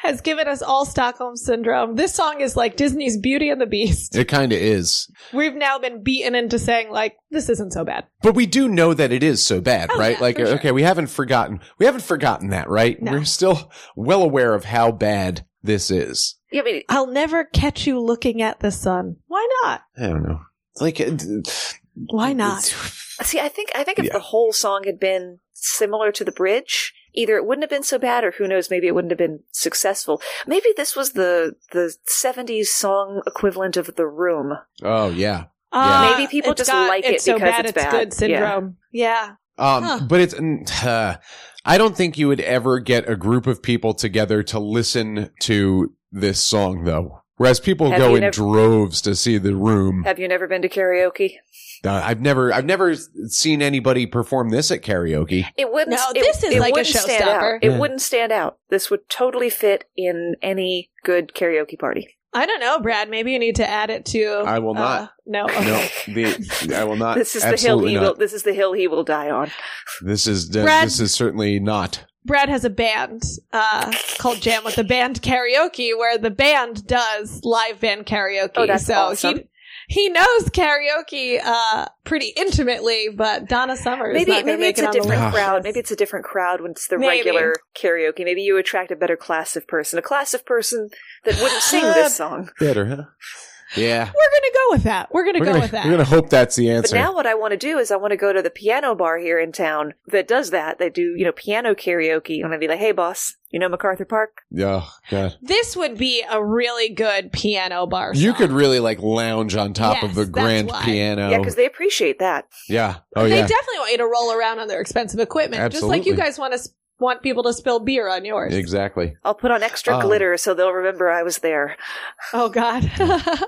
has given us all Stockholm syndrome. This song is like Disney's Beauty and the Beast. it kind of is. We've now been beaten into saying like this isn't so bad. But we do know that it is so bad, Oh, right? yeah, like, for sure. okay, we haven't forgotten. We haven't forgotten that, right? No. We're still well aware of how bad this is. yeah, I mean, I'll never catch you looking at the sun. Why not? I don't know. It's like, uh, Why not? see, I think, I think if Yeah. the whole song had been similar to the bridge, either it wouldn't have been so bad or who knows, maybe it wouldn't have been successful. Maybe this was the, the 70s song equivalent of The Room. oh yeah. Uh, Maybe people it's just like it it's so because bad, it's it's bad. good syndrome. Yeah. Um, Huh. but it's, mm, uh, I don't think you would ever get a group of people together to listen to this song though. Whereas people Have go you in nev- droves to see the room. Have you never been to karaoke? Uh, I've never, I've never seen anybody perform this at karaoke. It wouldn't. No, it, this is it like a wouldn't stand showstopper. out. Yeah. It wouldn't stand out. This would totally fit in any good karaoke party. I don't know, Brad. Maybe you need to add it to. I will not. uh, no. No, Okay. the, I will not. This is the hill Uh, absolutely he not. will. This is the hill he will die on. This is de- Brad- this is certainly not. Brad has a band uh, called Jam with the Band Karaoke, where the band does live band karaoke. Oh, that's so awesome. he he knows karaoke uh, pretty intimately, but Donna Summers Maybe not gonna maybe make it's it a on the different list. crowd. Maybe it's a different crowd when it's the Maybe. regular karaoke. Maybe you attract a better class of person, a class of person that wouldn't sing this song. Better, huh? Yeah. we're gonna go with that. We're gonna We're go gonna, with that. we're gonna hope that's the But answer. now what I want to do is I want to go to the piano bar here in town that does that. They do you know piano karaoke. I'm gonna be like, hey boss, you know MacArthur Park? oh god, This would be a really good piano bar. you song. could really like lounge on top of Yes, the that's grand why. piano. Yeah, because they appreciate that. Yeah. Oh they yeah. definitely want you to roll around on their expensive equipment, just like Absolutely. you guys want to s- want people to spill beer on yours. Exactly. I'll put on extra Um, glitter so they'll remember I was there. Oh God,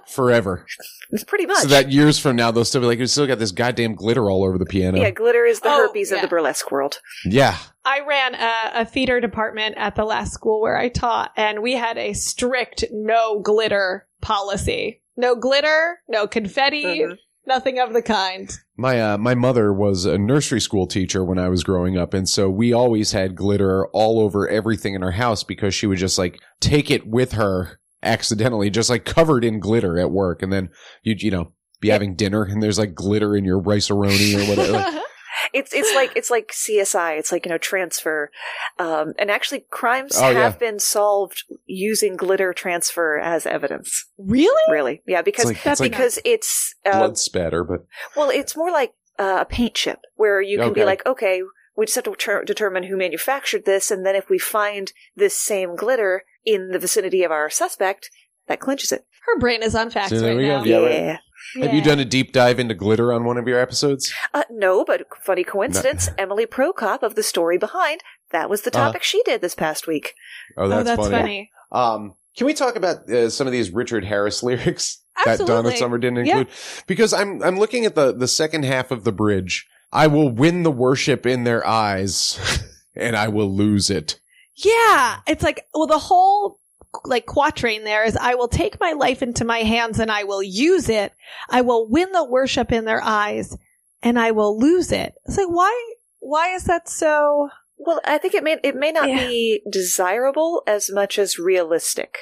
Forever. It's pretty much. So that years from now they'll still be like, we still got this goddamn glitter all over the piano. Yeah, glitter is the Oh, herpes of yeah. the burlesque world. Yeah. I ran a, a theater department at the last school where I taught, and we had a strict no glitter policy. No glitter, no confetti, Mhm. nothing of the kind. My uh, my mother was a nursery school teacher when I was growing up, and so we always had glitter all over everything in our house because she would just like take it with her accidentally, just like covered in glitter at work, and then you you know be having dinner and there's like glitter in your rice or whatever. Like, It's it's like it's like CSI. It's like you know transfer, um, and actually crimes Oh, have yeah. been solved using glitter transfer as evidence. really? Really, yeah, it's because like, That's it's like because it's uh, blood spatter, but well, it's more like uh, a paint chip where you can be Okay. like, okay, we just have to ter- determine who manufactured this, and then if we find this same glitter in the vicinity of our suspect, that clinches it. Her brain is on facts So there right we go. now. Yeah, Yeah. right. have you done a deep dive into glitter on one of your episodes? Uh, no, but funny coincidence. Emily Prokop of the story behind that was the Uh. topic she did this past week. Oh, that's, oh, that's funny. Um, can we talk about uh, some of these Richard Harris lyrics that Donna Absolutely. Summer didn't Yeah. include? Because I'm I'm looking at the the second half of the bridge. I will win the worship in their eyes, and I will lose it. Yeah, it's like well, the whole like quatrain there is: I will take my life into my hands and I will use it. I will win the worship in their eyes, and I will lose it. It's like why? Why is that so? Well, I think it may it may not Yeah. be desirable as much as realistic.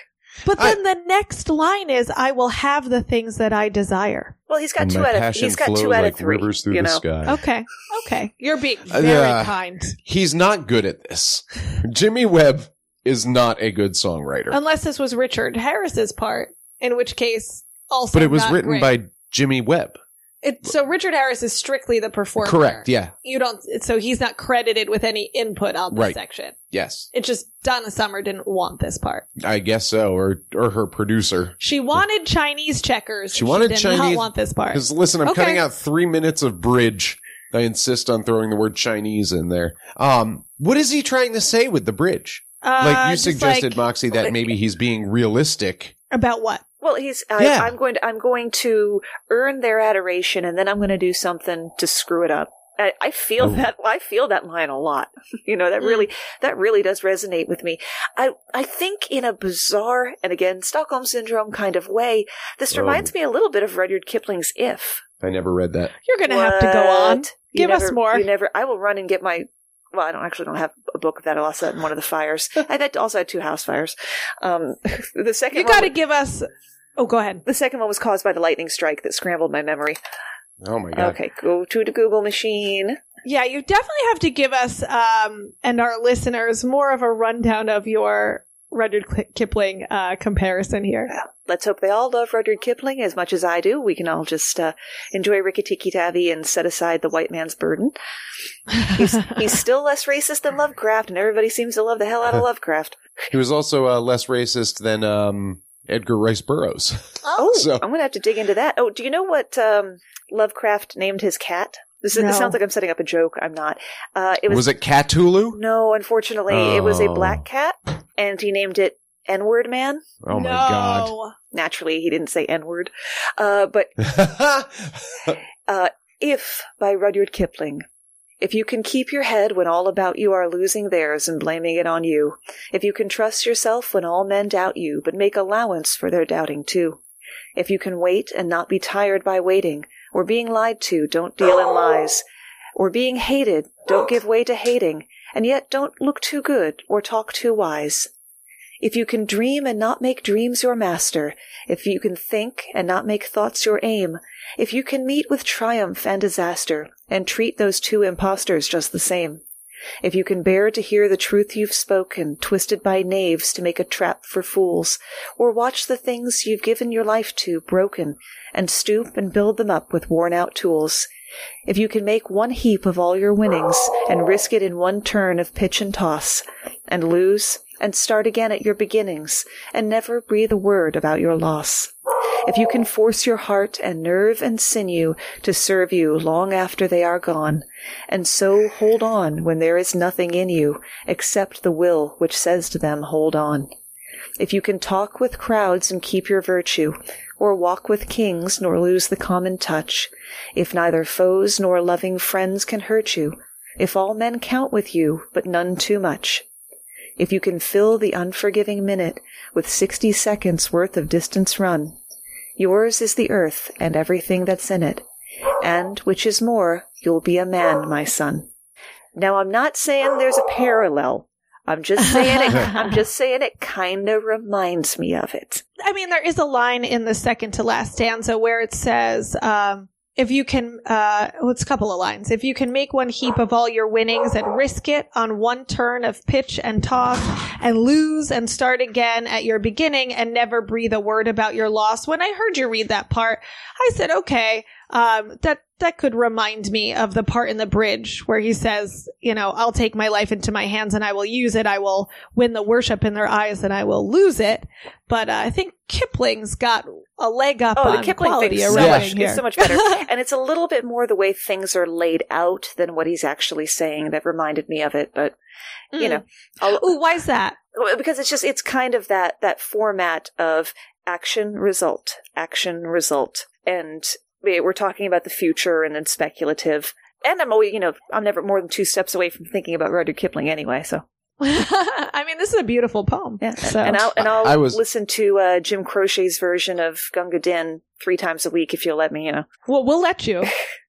But I- then the next line is: I will have the things that I desire. Well, he's got And two my out of passion he's got flowed two out like of three. Rivers through you the know, Oh. sky. Okay, okay, you're being Uh, very yeah. kind. He's not good at this. Jimmy Webb is not a good songwriter, Unless this was Richard Harris's part, in which case also. but it was not written great. by Jimmy Webb. It, so Richard Harris is strictly the performer. Correct. Yeah. you don't so he's not credited with any input on this Right. section Yes. it's just donna summer didn't want this part I guess so. Or or her producer. she wanted chinese checkers She wanted did not Chinese- want this part Because listen, I'm Okay. cutting out three minutes of bridge. I insist on throwing the word Chinese in there. Um, what is he trying to say with the bridge? Uh, Like you just suggested, like- Moxie, that like- maybe he's being realistic. about what Well, he's I, Yeah. I'm going to I'm going to earn their adoration, and then I'm going to do something to screw it up. I, I feel Oh. that I feel that line a lot. you know that Mm. really that really does resonate with me. I I think in a bizarre and again Stockholm syndrome kind of way, this Oh. reminds me a little bit of Rudyard Kipling's If. I never read that. you're gonna have to go on What? You give us never- more You never. I will run and get my. Well, I don't actually don't have a book of that. I lost that in one of the fires. I had also had two house fires. Um, the second you one gotta give us oh go ahead the second one was caused by the lightning strike that scrambled my memory. Oh my god. Okay, go to the Google machine. yeah you definitely have to give us um and our listeners more of a rundown of your rudyard Ki- kipling uh comparison here Let's hope they all love Rudyard Kipling as much as I do. We can all just uh, enjoy Rikki Tikki Tavi and set aside the white man's burden. He's, he's still less racist than Lovecraft, and everybody seems to love the hell out of Lovecraft. He was also uh, less racist than um, Edgar Rice Burroughs. Oh, So- I'm going to have to dig into that. Oh, do you know what um, Lovecraft named his cat? This is, No. It sounds like I'm setting up a joke. I'm not. Uh, it was, was, it Cthulhu? no, unfortunately, it was a Oh. black cat, and he named it N-word man. Oh my god. naturally he didn't say n-word uh, but if by rudyard kipling if you can keep your head when all about you are losing theirs and blaming it on you if you can trust yourself when all men doubt you but make allowance for their doubting too if you can wait and not be tired by waiting or being lied to don't deal in lies or being hated don't give way to hating and yet don't look too good or talk too wise if you can dream and not make dreams your master, if you can think and not make thoughts your aim, if you can meet with triumph and disaster, and treat those two impostors just the same, if you can bear to hear the truth you've spoken, twisted by knaves to make a trap for fools, or watch the things you've given your life to broken, and stoop and build them up with worn out tools, if you can make one heap of all your winnings and risk it in one turn of pitch and toss, and lose and start again at your beginnings and never breathe a word about your loss. If you can force your heart and nerve and sinew to serve you long after they are gone, and so hold on when there is nothing in you except the will which says to them, hold on. If you can talk with crowds and keep your virtue, or walk with kings nor lose the common touch, if neither foes nor loving friends can hurt you, if all men count with you, but none too much, if you can fill the unforgiving minute with sixty seconds worth of distance run, yours is the earth and everything that's in it, and, which is more, you'll be a man, my son. Now, I'm not saying there's a parallel I'm just saying it. I'm just saying it kind of reminds me of it. I mean, there is a line in the second to last stanza where it says, um, if you can, uh, well, it's a couple of lines. If you can make one heap of all your winnings and risk it on one turn of pitch and toss and lose and start again at your beginning and never breathe a word about your loss. When I heard you read that part, I said, okay, um, that, that could remind me of the part in the bridge where he says, you know, I'll take my life into my hands and I will use it. I will win the worship in their eyes and I will lose it. But uh, I think Kipling's got a leg up Oh, on the Kipling quality thing is so of much writing here. is so much better, and it's a little bit more the way things are laid out than what he's actually saying. That reminded me of it, but Hmm. you know, I'll, Ooh, why is that? Well, because it's just it's kind of that that format of action result action result and we- we're talking about the future and then speculative and i'm always you know i'm never more than two steps away from thinking about rudyard kipling anyway so I mean, this is a beautiful poem. yeah So- and i'll and i'll I was- listen to uh, jim croce's version of gunga din three times a week if you'll let me you know Well, we'll let you.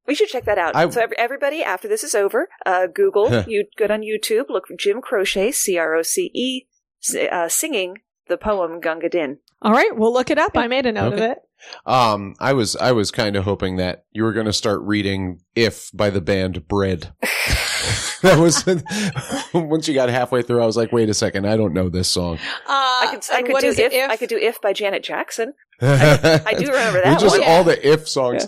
we should check that out. I- so ev- everybody, after this is over, uh, Google, you go on YouTube, look for Jim Croce, C R O C E, s- uh, singing the poem Gunga Din. All right, we'll look it up. I made a note of Okay. it. Um, I was I was kind of hoping that you were going to start reading "If" by the band Bread. that was once you got halfway through. I was like, wait a second, I don't know this song. Uh, I could, I and could what do is if, it, I could do if by Janet Jackson. I, I do remember we that just one. all the "If" songs.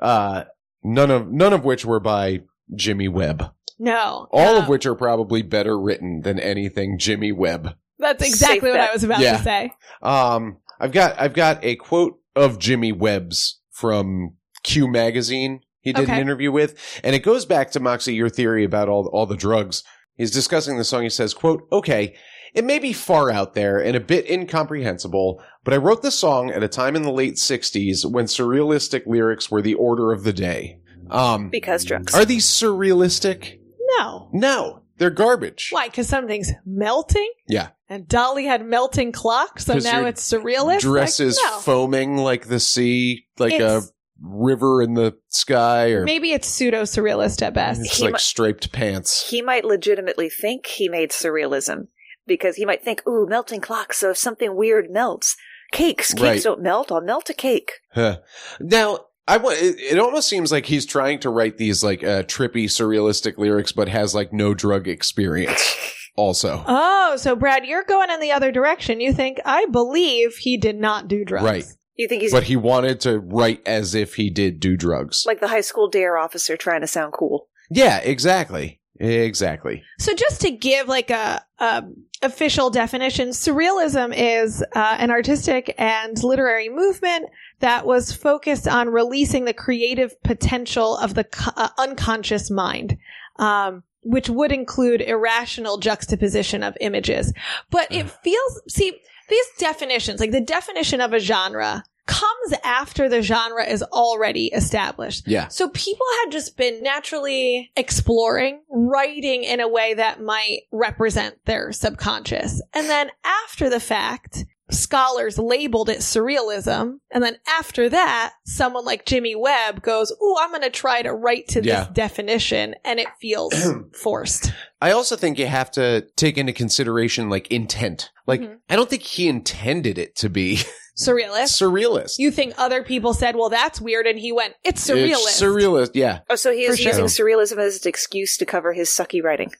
Uh, none of none of which were by Jimmy Webb. no, All Uh, of which are probably better written than anything Jimmy Webb. That's exactly Safe what bet. I was about Yeah. to say. Um, I've got I've got a quote of Jimmy Webb's from Q magazine. He did Okay. an interview with, and it goes back to Moxie your theory about all all the drugs. He's discussing the song. He says, "quote Okay, it may be far out there and a bit incomprehensible, but I wrote the song at a time in the late '60s when surrealistic lyrics were the order of the day. Um, Because drugs. are these surrealistic? No, No, they're garbage. why? Because something's melting. Yeah. and Dolly had melting clocks, so 'Cause now your it's surrealist. dress Like, is no. foaming like the sea, like a It's- river in the sky, or Maybe it's pseudo surrealist at best. it's He like mu- striped pants. he might legitimately think he made surrealism because he might think, ooh, melting clocks. So if something weird melts, cakes, cakes Right. don't melt. I'll melt a cake. Huh. Now, I wa- it, it almost seems like he's trying to write these like uh, trippy, surrealistic lyrics, but has like no drug experience. Also, Oh, so Brad, you're going in the other direction. You think I believe he did not do drugs, Right. You think he's but he wanted to write as if he did do drugs. like the high school dare officer trying to sound cool? yeah, exactly, exactly. So just to give like a, a official definition, surrealism is uh, an artistic and literary movement that was focused on releasing the creative potential of the co- uh, unconscious mind. Um, which would include irrational juxtaposition of images. But it feels, see, these definitions, like the definition of a genre comes after the genre is already established. Yeah. So people had just been naturally exploring, writing in a way that might represent their subconscious. And then after the fact, scholars labeled it surrealism. And then after that, someone like Jimmy Webb goes, Ooh, I'm going to try to write to Yeah. this definition. And it feels forced. I also think you have to take into consideration like intent. Like, Mm-hmm. Mhm. I don't think he intended it to be Surrealist. surrealist. you think other people said, Well, that's weird. And he went, It's surrealist. It's surrealist, yeah. Oh, so he For is sure. using surrealism as an excuse to cover his sucky writing.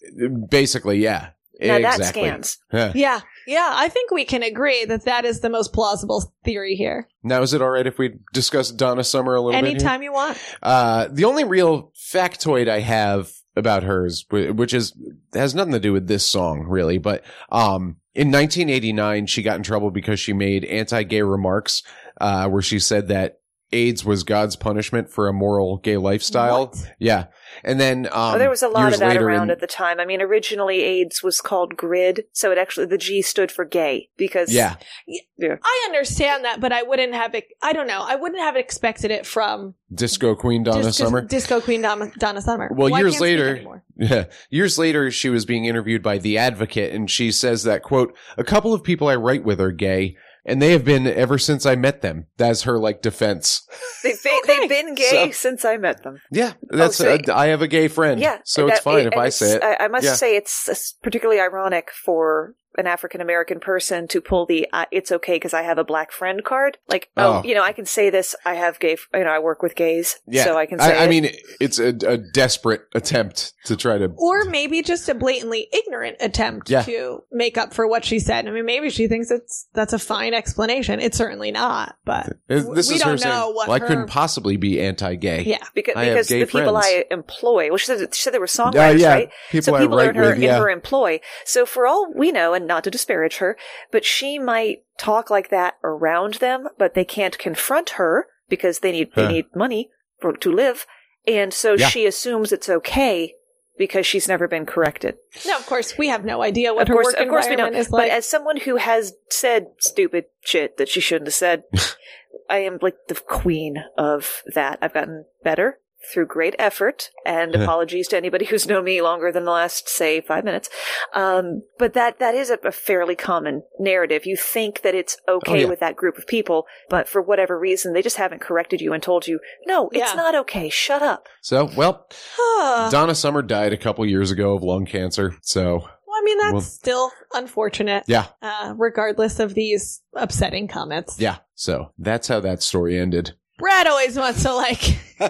Basically, yeah. Now exactly. that scans. Huh. yeah. Yeah. I think we can agree that that is the most plausible theory here. Now, is it all right if we discuss Donna Summer a little bit? here? Anytime you want. Uh, the only real factoid I have about hers, wh- which is has nothing to do with this song really, but um, in 1989 she got in trouble because she made anti-gay remarks, uh, where she said that AIDS was God's punishment for a moral gay lifestyle. What? Yeah, and then um, oh, there was a lot years of that later around in- at the time. I mean, originally AIDS was called GRID, so it actually the G stood for gay because yeah, I understand that, but I wouldn't have. I don't know. I wouldn't have expected it from disco queen Donna Dis- Dis- Summer. Disco Queen Donna, Donna Summer. Well, years can't I speak later- anymore? Yeah. Years later, she was being interviewed by The Advocate, and she says that, quote, a couple of people I write with are gay, and they have been ever since I met them. That's her, like, defense. They, they, They've been gay since I met them. Yeah, that's Oh, so- uh, I have a gay friend. Yeah. so that- it's fine if and I it's- uh, say it. I, I must Yeah. say it's, it's particularly ironic for an African American person to pull the uh, "It's okay because I have a black friend" card. Like, Oh. oh, you know, I can say this. I have gay. f- You know, I work with gays, yeah, so I can say. I, I it. mean, it's a, a desperate attempt to try to. Or maybe just a blatantly ignorant attempt Yeah. to make up for what she said. I mean, maybe she thinks it's that's a fine explanation. It's certainly not, but This w- this we is don't her know saying, what "Well, I her- couldn't possibly be anti-gay." yeah. because, I have because gay the people friends. I employ, well, she said, she said they were songwriters, Yeah, yeah. right? People so I people are in write her with, in yeah. her employ. So for all we know, and not to disparage her, but she might talk like that around them, but they can't confront her because they need they Huh. need money for, to live, and so Yeah. she assumes it's okay because she's never been corrected. No, of course we have no idea what of course, her work of course we environment don't. is like. But as someone who has said stupid shit that she shouldn't have said, I am like the queen of that. I've gotten better through great effort and Yeah. apologies to anybody who's known me longer than the last say five minutes um, but that that is a, a fairly common narrative you think that it's okay Oh, yeah. with that group of people but for whatever reason they just haven't corrected you and told you no it's Yeah. not okay shut up So, well, Uh. Huh. Donna Summer died a couple years ago of lung cancer. So, well, I mean, that's Well- still unfortunate, yeah, uh, regardless of these upsetting comments. yeah. So that's how that story ended. Brad always wants to like leave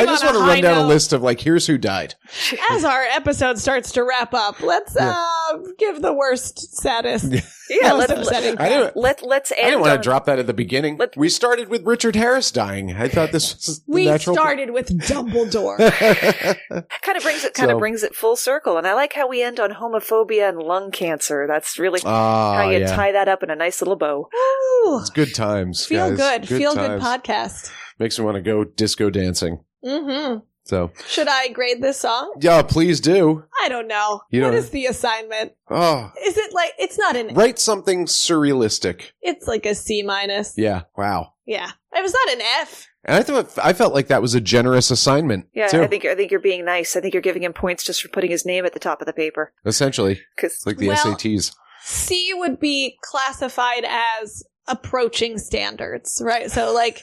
I just on want a to high run down a note. list of like, here's who died. As our episode starts to wrap up, let's Yeah. uh, give the worst, saddest, yeah most let, upsetting. I didn't. let, let's end I didn't um, want on- to drop that at the beginning. Let- we started with Richard Harris dying. I thought this was the we natural. started with Dumbledore. kind of brings it kind So- of brings it full circle and i like how we end on homophobia and lung cancer that's really how Ah, you yeah. tie that up in a nice little bow Ooh, It's good times. feel guys. good, feel good times. podcast. Makes me want to go disco dancing. hmm So, Should I grade this song? yeah, please do. I don't know. You What don't- is the assignment? Oh, Is it like it's not an? write something surrealistic. It's like a C minus. Yeah. Wow. Yeah. it was not an F. And I thought I felt like that was a generous assignment. yeah too, i think i think you're being nice i think you're giving him points just for putting his name at the top of the paper essentially because it's like the Well- SATs. C would be classified as approaching standards, right? So like.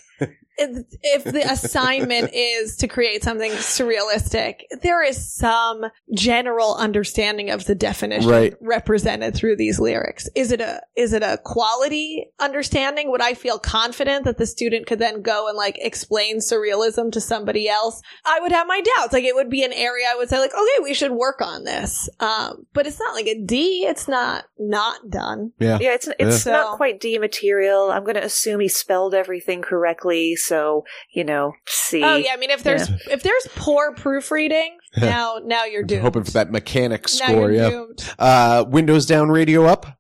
If if the assignment is to create something surrealistic, there is some general understanding of the definition Right. represented through these lyrics. Is it a is it a quality understanding? Would I feel confident that the student could then go and like explain surrealism to somebody else? I would have my doubts. Like it would be an area I would say like, okay, we should work on this. Um, but it's not like a D. It's not not done. Yeah. yeah it's it's Yeah. So- not quite d material i'm going to assume he spelled everything correctly so you know see Oh yeah, I mean if there's if there's poor proofreading, now now you're doomed. Hoping for that mechanic now score. you're Yeah. doomed. Uh, windows down, radio up.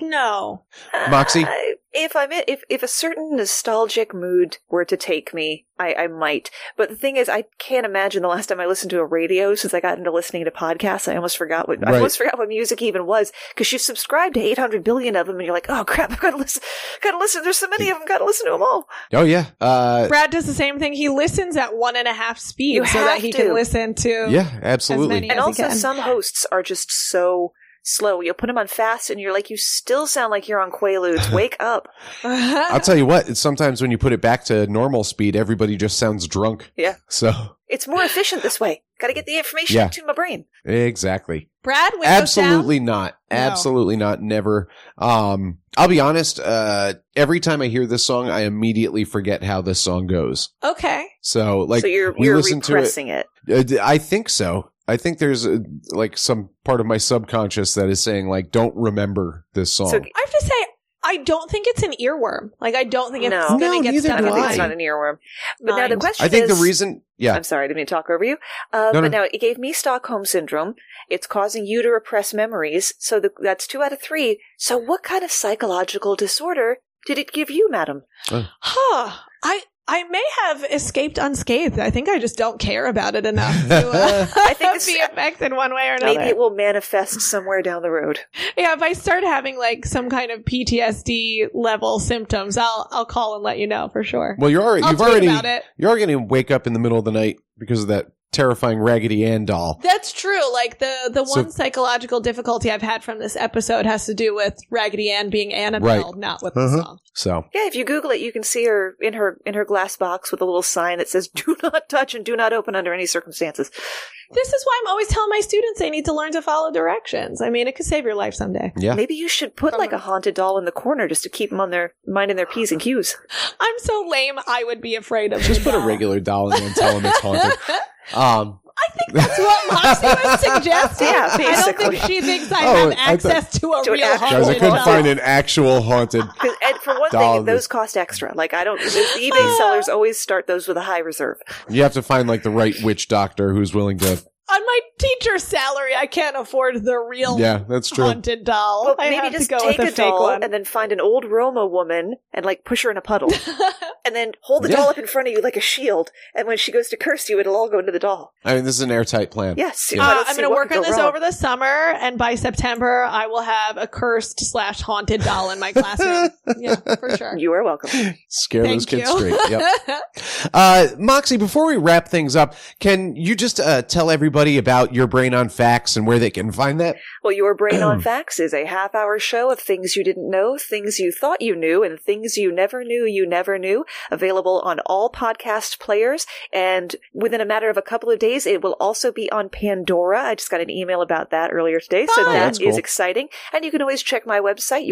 No. Moxie? I- if I'm in, if if a certain nostalgic mood were to take me, I, I might. But the thing is, I can't imagine the last time I listened to a radio since I got into listening to podcasts. I almost forgot what I Right. almost forgot what music even was because you subscribe to 800 billion of them, and you're like, oh crap, I've got to listen, got to listen. There's so many of them, got to listen to them all. Oh yeah. Uh, Brad does the same thing. He listens at one and a half speed You so that have he to. can listen to yeah. Absolutely. many- And Yes, also, again. some hosts are just so slow. You'll put them on fast, and you're like, you still sound like you're on Quaaludes. Wake up! I'll tell you what. It's sometimes when you put it back to normal speed, everybody just sounds drunk. Yeah. So It's more efficient this way. Got to get the information Yeah. to my brain. exactly. Brad windows down. Absolutely not. No. Absolutely not. Never. Um, I'll be honest. Uh, every time I hear this song, I immediately forget how this song goes. Okay. So like so you're we you're listen to it. repressing it. Uh, d- I think so. I think there's uh like some part of my subconscious that is saying like, don't remember this song. I So have to say, I don't think it's an earworm. Like, I don't think it's No. going to No, get neither stuck I do in don't think my it's Why? not an earworm. But now the mind. question I think the is, reason, yeah, I'm sorry, I didn't mean to talk over you. Uh, No, but no. now it gave me Stockholm syndrome. It's causing you to repress memories. So the, that's two out of three. So what kind of psychological disorder did it give you, madam? Huh. I, I may have escaped unscathed. I think I just don't care about it enough to uh, I think this- be affected one way or another. Maybe it will manifest somewhere down the road. yeah, if I start having like some kind of PTSD level symptoms, I'll I'll call and let you know for sure. Well, you're already, I'll you've tweet already, about it. you're already going to wake up in the middle of the night because of that terrifying Raggedy Ann doll. That's true. Like the the So- one psychological difficulty I've had from this episode has to do with Raggedy Ann being Annabelle, Right. not with Uh-huh. the song. So Yeah, if you Google it, you can see her in her in her glass box with a little sign that says "Do not touch and do not open under any circumstances." This is why I'm always telling my students they need to learn to follow directions. I mean, it could save your life someday. Yeah. Maybe you should put like a haunted doll in the corner just to keep them on their mind and their p's and q's. I'm so lame. I would be afraid of just the put a doll. regular doll in and tell him it's haunted. Um, I think that's what Moxie was suggesting. Yeah, I don't think basically. she thinks I Oh, have I thought- access to a To an real actual guys, I haunted couldn't doll. find an actual haunted. 'Cause- And for one Doll thing, those is- cost extra. Like I don't, the eBay sellers always start those with a high reserve. You have to find like the right witch doctor who's willing to. On my teacher's salary, I can't afford the real Yeah, that's true. haunted doll. Well, I maybe have just to go take with a a fake doll one. and then find an old Roma woman and like push her in a puddle, and then hold the Yeah. doll up in front of you like a shield. And when she goes to curse you, it'll all go into the doll. I mean, this is an airtight plan. Yes, Yeah. I Uh, don't I'm see going to what work could on go this wrong. over the summer, and by September, I will have a cursed slash haunted doll in my classroom. yeah, for sure. You are welcome. Scare those Thank kids you. straight. Yep. Uh, Moxie, before we wrap things up, can you just uh, tell everybody about your brain on facts and where they can find that? Well, Your Brain on Facts is a half hour show of things you didn't know, things you thought you knew, and things you never knew you never knew, available on all podcast players. And within a matter of a couple of days, it will also be on Pandora. I just got an email about that earlier today, so Fun. that Oh, that's is cool. exciting. And you can always check my website,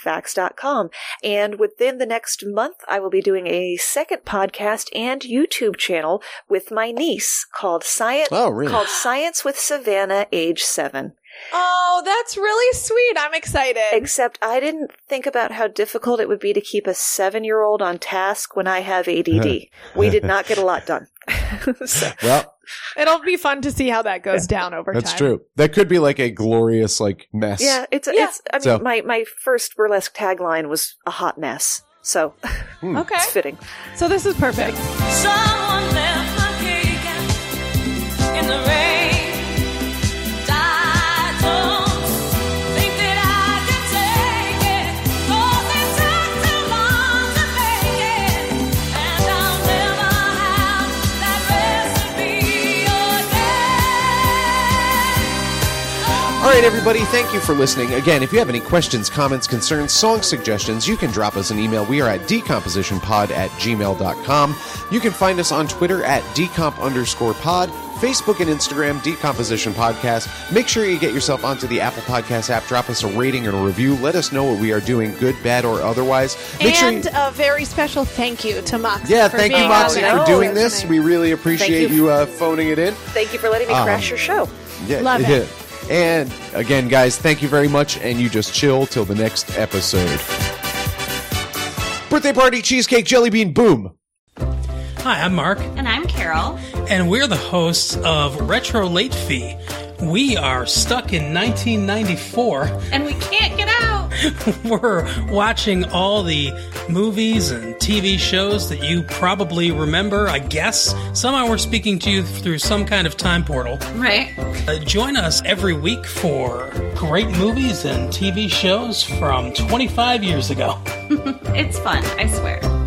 yourbrainonfacts.com. And within the next month, I will be doing a second podcast and YouTube channel with my niece called Science, Oh, really? called Science with Savannah, age seven. oh, that's really sweet. I'm excited. Except I didn't think about how difficult it would be to keep a seven year old on task when I have ADD. Uh-huh. we did not get a lot done. so, Well, It'll be fun to see how that goes down over that's time. true. That could be like a glorious like mess. yeah, it's, Yeah. it's, I mean, So- my, my first burlesque tagline was a hot mess. So Okay. it's fitting. So this is perfect. Someone left my cake out in the rain. I don't think that I can take it. Cause it took too long to make it. And I'll never have that recipe again. All right, everybody, thank you for listening. Again, if you have any questions, comments, concerns, song suggestions, you can drop us an email. We are at decompositionpod at gmail.com. You can find us on Twitter at decomp underscore pod, Facebook and Instagram, Decomposition Podcast. Make sure you get yourself onto the Apple Podcast app, drop us a rating and a review. Let us know what we are doing, good, bad, or otherwise. Make sure you- and a very special thank you to Moxie. yeah, for thank you, being Moxie, on no. for the doing show this. tonight. We really appreciate Thank you, you. uh, phoning it in. Thank you for letting me Um, crash your show. Yeah, Love it. yeah. And again, guys, thank you very much. And you just chill till the next episode. Birthday party, cheesecake, jelly bean, boom. Hi, I'm Mark, And I'm Carol. and we're the hosts of Retro Late Fee. We are stuck in 1994. And we can't get out. We're watching all the movies and TV shows that you probably remember, I guess. Somehow we're speaking to you through some kind of time portal. Right. Uh, join us every week for great movies and TV shows from 25 years ago. It's fun, I swear.